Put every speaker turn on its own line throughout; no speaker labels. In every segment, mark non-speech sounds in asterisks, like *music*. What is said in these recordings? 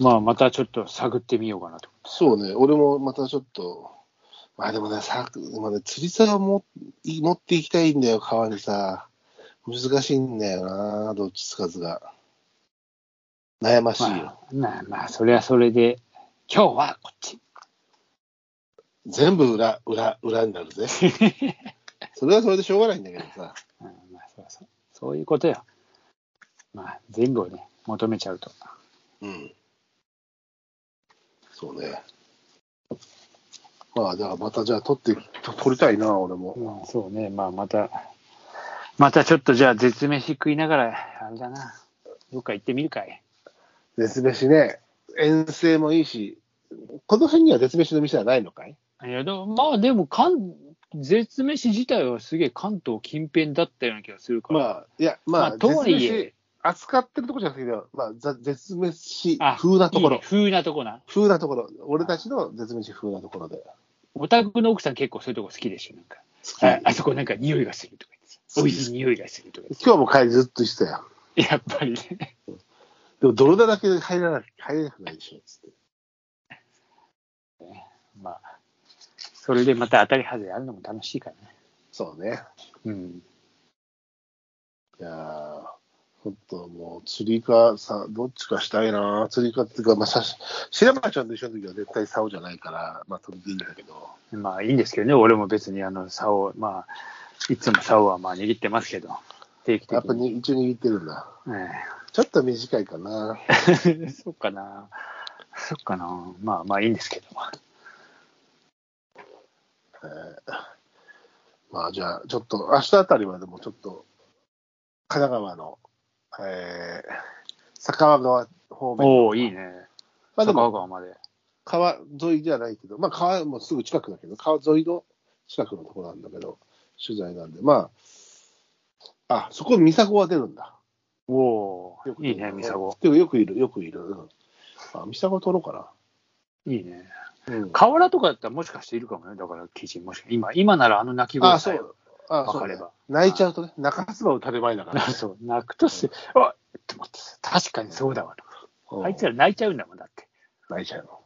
またちょっと探ってみようかなと。
そうね、俺もまたちょっと、まあでもね、さまあね、釣り竿も持っていきたいんだよ、川にさ。難しいんだよな、どっちつかずが。悩ましいよ。
まあ、まあ、まあ、それはそれで、今日はこっち。
全部裏、裏、裏になるぜ。それはそれでしょうがないんだけどさ。
うんまあ、そうそう。そういうことよ。まあ、全部をね、求めちゃうと。
うん。そうね。まあ、じゃあ、またじゃあ、撮って、撮りたいな、俺も。
まあ、そうね。まあ、また、またちょっとじゃあ、絶飯食いながら、あれだな。どっか行ってみるかい。
絶飯ね、遠征もいいし、この辺には絶飯の店はないのかい
いや、でも、まあ、でも、関、絶飯自体はすげえ関東近辺だったような気がするから。
ま
あ、
あ、いや、ま
ま
あ、
あとはいえ
絶滅扱ってるとこじゃなくていいけど、まあ、ざ絶滅し
あ
風なところ、
風なとこな。
風なところ、俺たちの絶滅し風なところで。好
お宅の奥さん結構そういうとこ好きでしょ、なんか。
き
あ
今
あそこなんか匂いがするとか
好
言ってた。美
き
味しい匂いがするとか言っ
日も帰りずっとしてたよ。 *laughs*
てたやっぱりね。
でも、泥だらけで入らな入れなくないでしょ、つって。
まあ、それでまた当たり外れあるのも楽しいからね。
そうね。
うん。
いやー、ほんともう、釣りか、さ、どっちかしたいな釣りかっていうか、まあ、さし、白馬ちゃんと一緒の時は絶対竿じゃないから、まあ、取りでいいんだけど。
まあいいんですけどね、俺も別にあの、竿、まあ、いつも竿はまあ握ってますけど、定期
やっ
的
ぱ
に。
に一応握ってるんだ。
え
ちょっと短いかな。
え *laughs* そうかな。そうかな。まあまあいいんですけど。
えーまあじゃあ、ちょっと、明日あたりはでもちょっと、神奈川の、えー、酒川川方面。
おおいいね。
まあで
高
も、
川まで。
川沿いじゃないけど、まあ川もすぐ近くだけど、川沿いの近くのところなんだけど、取材なんで、まあ、あ、そこ、ミサゴは出るんだ。
おお
よく
いいね、ミサゴ。。
でもよくいる、よくいる。うん、あ、ミサゴ取ろうか
いいね。
な。うん。
河原とかだったらもしかしているかもね。だから、記事もしか今、今ならあの鳴き声
あ、
さ
そ
え
う。あ、
わ
そ
か
う、
れ
ね
ば。
泣いちゃうとね、中発売を垂れ前
*laughs*
だから。
そう、泣くとして、あって思ってさ確かにそうだわと。
うん
あいつら泣いちゃうんだもん、だって。
泣いちゃうの。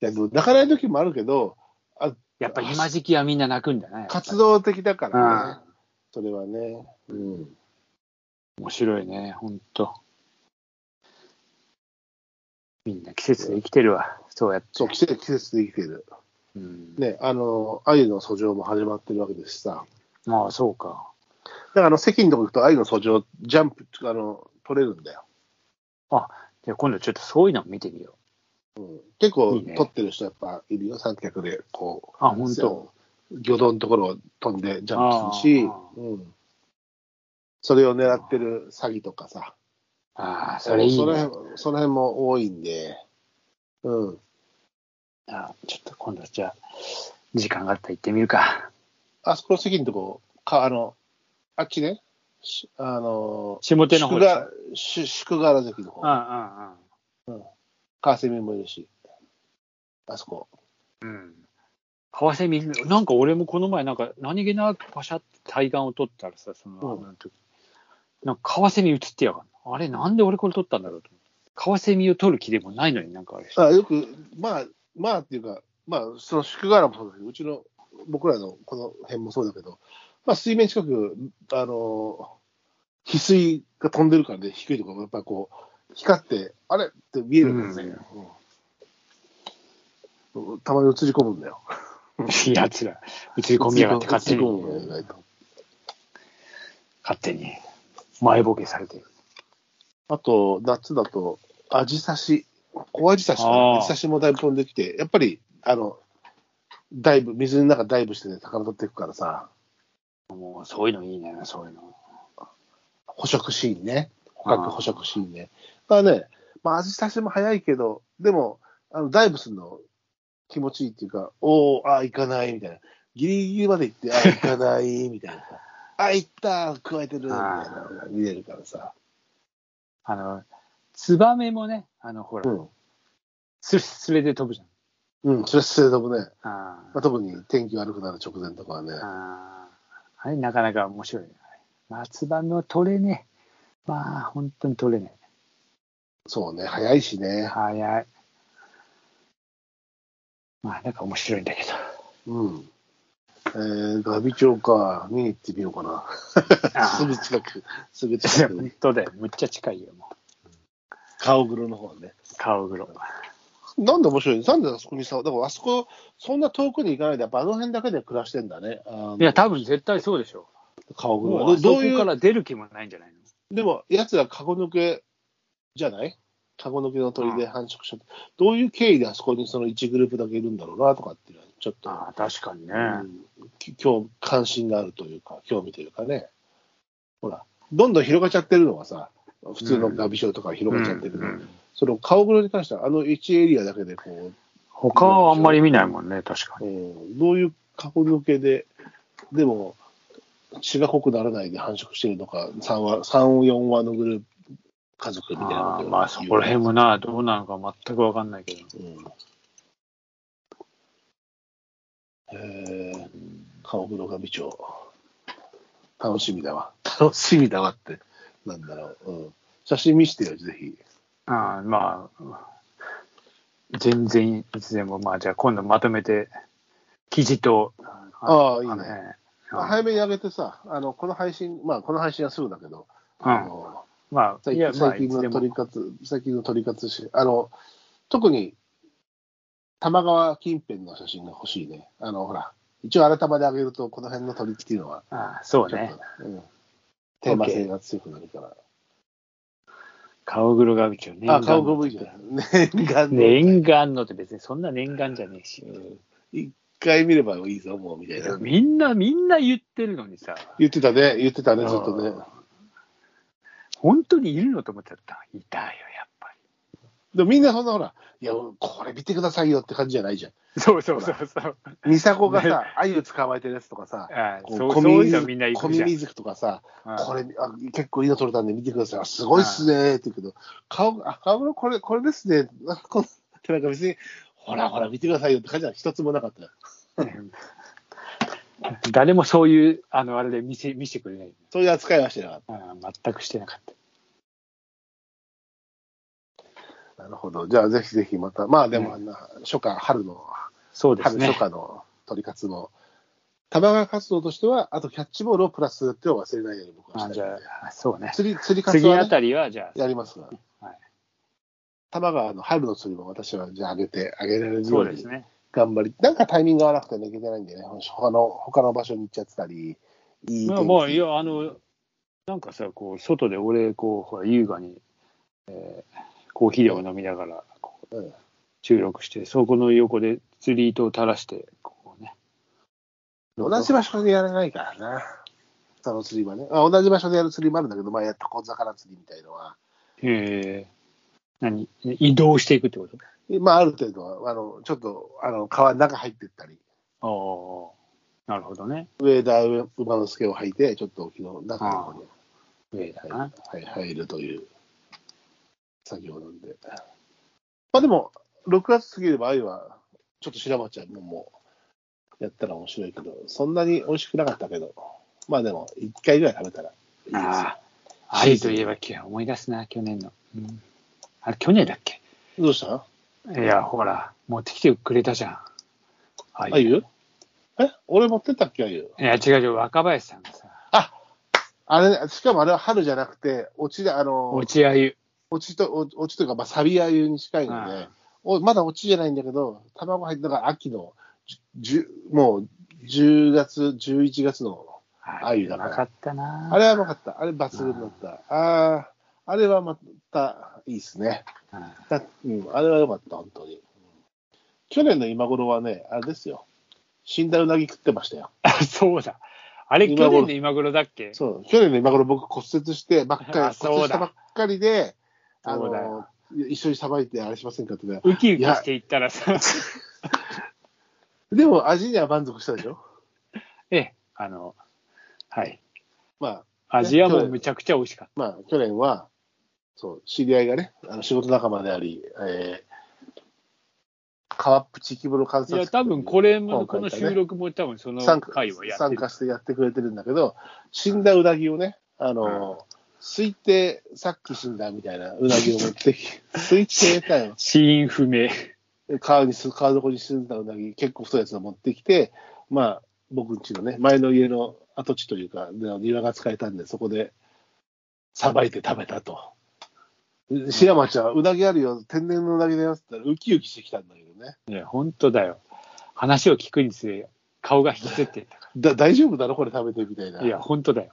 いや、でも泣かない時もあるけど、
やっぱ今時期はみんな泣くんだな、やっぱり
活動的だからね。それはね。うん。
面白いね、ほんと。みんな季節で生きてるわ、そうやって。
そう、季節、季節で生きてる。
うん、
ね、あの、鮎の訴状も始まってるわけですしさ。
まあ、そうか。
だから、あの、関のとこ行くと鮎の訴状、ジャンプ、あの、取れるんだよ。
じゃあ今度ちょっとそういうのを見てみよ
うん、結構、
いいね
取ってる人やっぱいるよ、三脚で、こ
う。あ、
う。
ほんと。
そう魚道のところを飛んでジャンプするし
あ、ー
うん。それを狙ってる詐欺とかさ。
ああ、それいい
その
ね。
辺その辺も多いんで、うん、
あちょっと今度じゃあ、時間があったら行ってみるか。
あそこの席のとこ、かあのあっちね、しあの、
下手の方
宿
でしょ
がし宿河原関
うん
の
うん
方、川蝉もいるし、あそこ、
うん。うん。カワセミ、なんか俺もこの前、なんか何気なくパシャって対岸を撮ったらさ、その、
うん
あの時なんかカワセミ映ってやがんのあれ、なんで俺これ撮ったんだろうと思って。カワセミを撮る気でもないのになんかあれして。
あよく、まあ、まあっていうか、まあ、その宿河原もそうだけど、うちの僕らのこの辺もそうだけど、まあ、水面近く、あの、翡翠が飛んでるからね、低いところもやっぱりこう、光って、あれって見えるんですね。うんたまに映り込むんだよ。
*laughs* やつら、映り込みやがって勝手
映り込むん
に、
だよ意外と
勝手に、前ボケされてる。
あと、夏だと、アジサシ、小アジサシか
あー
な、アジサシもだいぶ飛んできて、やっぱり、あの、ダイブ、水の中ダイブしてね、魚取っていくからさ、
もう、そういうのいいね、そういうの。
捕食シーンね。捕
あー
獲捕食シーンね。まあね、まあ、アジサシも早いけど、でも、あの、ダイブするの気持ちいいっていうか、おー、あー、行かない、みたいな。ギリギリまで行って、あー、行かない、み
*laughs*
たいな。あー、行った、食われてる、みたいなのが見れるからさ。
あの、ツバメもね、あの、ほ
う
ら、
ん。
スレスレで飛ぶじゃん。
うん、それはそれでもね、
あー
まあ、特に天気悪くなる直前とかはね。
あーあれ、なかなか面白いね。松葉の取れねえ。まあ、本当に取れね
そうね、早いしね。
早い。まあ、なんか面白いんだけど。
うん。えー、ガビ町か、見に行ってみようかな。 *laughs* すぐ近く、す
い
ぐ
や
近
*laughs*
く
本
に。
当だよ。むっちゃ近いよ、もう。
顔黒の方ね。
顔黒。
なんで面白いなんであそこにさ、だからあそこ、そんな遠くに行かないで、やっぱあの辺だけで暮らしてんだね。あの
いや、多分絶対そうでしょ
顔
う。
黒
もう、
は。ど
ど
どう
うい
いう
から出る気もないんじゃないの
でも、やつらカゴ抜けじゃないカゴ抜けの鳥で繁殖者、どういう経緯であそこにその1グループだけいるんだろうなとかっていうのは、ちょっと、
ああ、確かにね。
うん、き興関心があるというか、興味というかね、ほら、どんどん広がっちゃってるのがさ、普通のガビ症とか広がっちゃってるの、
うん
その顔黒に関しては、あの1エリアだけでこ
他はあんまり見ないもんね、確か
う、
に。
うん、どういうカゴ抜けで、でも、血が濃くならないで繁殖してるのか、3話、三4話のグループ、家族みたいな
あ
こ
あ
と
まあ、そこら辺もな、どうなのか全くわかんないけど。
うんえー、顔黒上町。楽しみだわ。楽しみだわって。なんだろう。うん、写真見してよ、ぜひ。
ああまあ、全然いつでも、まあ、じゃあ今度まとめて、記事と、
ああ、いい
あの
ね。まあ
辺。
早めに上げてさ、あの、この配信、まあ、この配信はすぐだけど、
うん
あの
まあ、
最
いや、まあ、
最
い
近
つで
の
も
取り活、最近の取り活し、あの、特に、玉川近辺の写真が欲しいね。あの、ほら、一応改まで上げると、この辺の鳥っていうのは、
ああそう
ちょっ
ね
と。うんテーマ性が強くなるから。
顔黒が宇宙ね。
あ、顔がぶ
*laughs*
いじゃない。念願の。
念願のって別にそんな念願じゃねえし
う。ん一回見ればいいぞ、もう、みたいな。
みんな、みんな言ってるのにさ、
言ってたね、言ってたね、ずっとね。
本当にいるのと思っちゃった。いたよ、やっぱ
でもみんなそんなほら、いや、これ見てくださいよって感じじゃないじゃ
り。そうそうそうそう。
ん。ミサコがさ、鮎捕まえてるやつとかさ、
ああ
こう
そう
コ
そ
ミ
う
ミ
いうの
ズ
みんな言
コ
う
ミ
じゃん
ミ。ズクとかさ、
うん
これあ、結構いいの撮れたんで見てください。あすごいっすねーって言うけど、顔が、あ、顔のこれ、これですね。 *laughs* なんかこうってなんか別に、ほらほら見てくださいよって感じは一つもなかった。
誰もそういう、あの、あれで見せ見せてくれない。
そういう扱いはしてなかった。
ああ全くしてなかった。
なるほど。じゃあ、ぜひぜひまた、まあでも、あの初夏、春の、
そうです
春
ね
初。夏の取り活も、玉川活動としては、あとキャッチボールをプラスするっていうのを忘れないように僕
あ
はし
あ
たい
じゃ
ので
あ、そうね。
釣り、釣り活動
次
は
あ
ね、
たりは、じゃ
やりますが、
はい
玉川の春の釣りも私は、じゃあ、上げて、上げられ
あ、
るよ
そう
う
です
に
ね。
頑張り、なんかタイミングが合わなくてねいけてないんでね、他の、他の場所に行っちゃってたり、いい
ま
天
あ、
気
まあ、いや、あの、なんかさ、こう、外で俺、こう、ほら、優雅に、えーコーヒーを飲みながら、こう、
うん
収録して、そこの横で釣り糸を垂らして、こうね。
同じ場所でやらないからな。その釣りはね。あ同じ場所でやる釣りもあるんだけど、まあ、やった小魚釣りみたいのは、
えー、何移動していくってこと
まあ、ある程度は、あの、ちょっと、あの、川の中入ってったり、
ああ、なるほどね。
上田上馬之助を履いて、ちょっと沖の中の方に
上だ
は
な。
いはい入るという作業なんで。まあでも、6月過ぎる場合は、ちょっと白馬ちゃんのもやったら面白いけど、そんなに美味しくなかったけど、まあでも、1回ぐらい食べたらいいですよ
ああ、アリといえばき思い出すな、去年の。うん、あれ、去年だっけ
どうした
いや、ほら、持ってきてくれたじゃん。あ
あゆ
い
うえ俺持ってったっけあゆう
や、違う違う、若林さんがさ、
ああれね、しかもあれは春じゃなくて、落ちで、あの、
落ちあゆ。
落ちと、落落ちというか、まあ、サビア湯に近いので、
うん
おまだ落ちじゃないんだけど、卵入って、だから秋の、じゅじゅもう10月、11月の、あゆだから
なかったな。
あれはうまかった。あれ抜群だった。ああ、あれはまたいいですね。
うん
だうん、あれは良かった、本当に。去年の今頃はね、あれですよ。死んだうなぎ食ってましたよ。
あ、 *laughs* そうだ。あれ、去
今頃
年の今頃だっけ
そう、去年の今頃僕骨折してばっか
あ
り、
そうだ
骨折したばっかりで、あ
そうだ
の
よ、
一緒にさばいてあれしませんかってね。
ウキウキしていったらさ、
でも味には満足したでしょ
ええ、 *laughs* あの、はい。
まあ、
味はもうむちゃくちゃ美味しかっ
まあ、去年は、そう、知り合いがね、あの仕事仲間であり、えー、川っぷち規模の観
た。い
察
や、多分これ
今
も、こ
回
の
ね
収録も多分その
参加
回をやって
参
る。
加してやってくれてるんだけど、死んだうなぎをね、あの、推定、さっき死んだみたいなうなぎを持ってき、推定だよ。
死因不
*laughs*
明。
川にす、川底に住んだうなぎ、結構太いやつを持ってきて、まあ、僕ん家のね、前の家の跡地というか、で庭が使えたんで、そこで、さばいて食べたと。白町は、うなぎあるよ、天然のうなぎだよって言ったら、ウキウキしてきたんだけどね。
いや、本当だよ。話を聞くにつれ、顔が引きずってったか
だ、大丈夫だろこれ食べてみたいな。
ら。いや、本当だよ。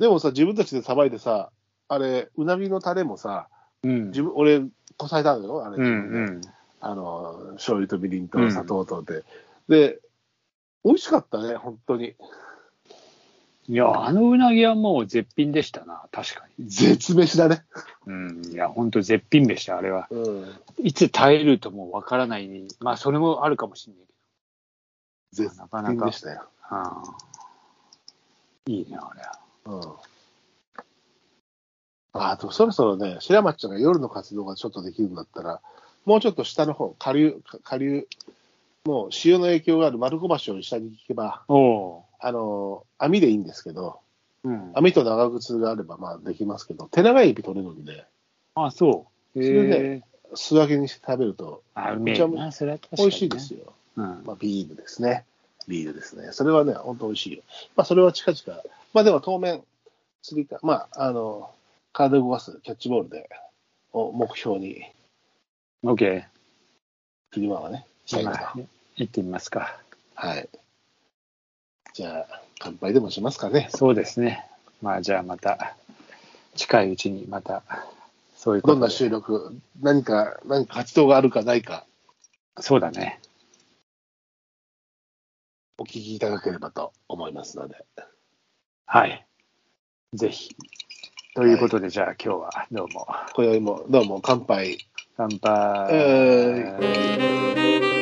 でもさ、自分たちでさばいてさ、あれ、うなぎのタレもさ、
うん。
自分、俺、こさえたのよ、あれ。
うんうん。
あの、醤油とみりんと砂糖とで、で、美味しかったね、本当に。
いや、あのうなぎはもう絶品でしたな、確かに。
絶飯だね。
うん。いや、本当絶品でした、あれは。
うん。
いつ耐えるともうわからない。まあ、それもあるかもしれないけ
絶
なかな
品
か
でしたよ。
ど。うん。いいね、あれは。
うん。あと、そろそろね、白松ちゃんが夜の活動がちょっとできるんだったら、もうちょっと下の方、下流、下流、もう潮の影響がある丸子橋を下に行けば、
おお
あの、網でいいんですけど、
う。うん。
網と長靴があれば、まあできますけど、手長いエビ取れるんで、
あ、そう。
それで
へえ
素揚げにして食べると
あ、うめ
めちゃ
え
め
な、それは確かに、
美味しいです
よ。
よ。
うん。
まあ、ビールですね。ビールですね。それはね、本当美味しいよ。まあ、それは近々。まあ、でも当面、釣りか、まあ、あの、体を動かすキャッチボールで、を目標に、
オッケ
フリマはね、した
ー。
いなと。
はい行ってみますか。
はい。じゃあ、乾杯でもしますかね。
そうですね。まあ、じゃあまた、近いうちにまた、そういうこ
ど
と
ん
で
な収録、何か、何か活動があるかないか、
そうだね。
お聞きいただければと思いますので。
はい。ぜひ。ということで、じゃあ今日はどうも。
今宵も、どうも乾杯。
乾
え
杯。
ー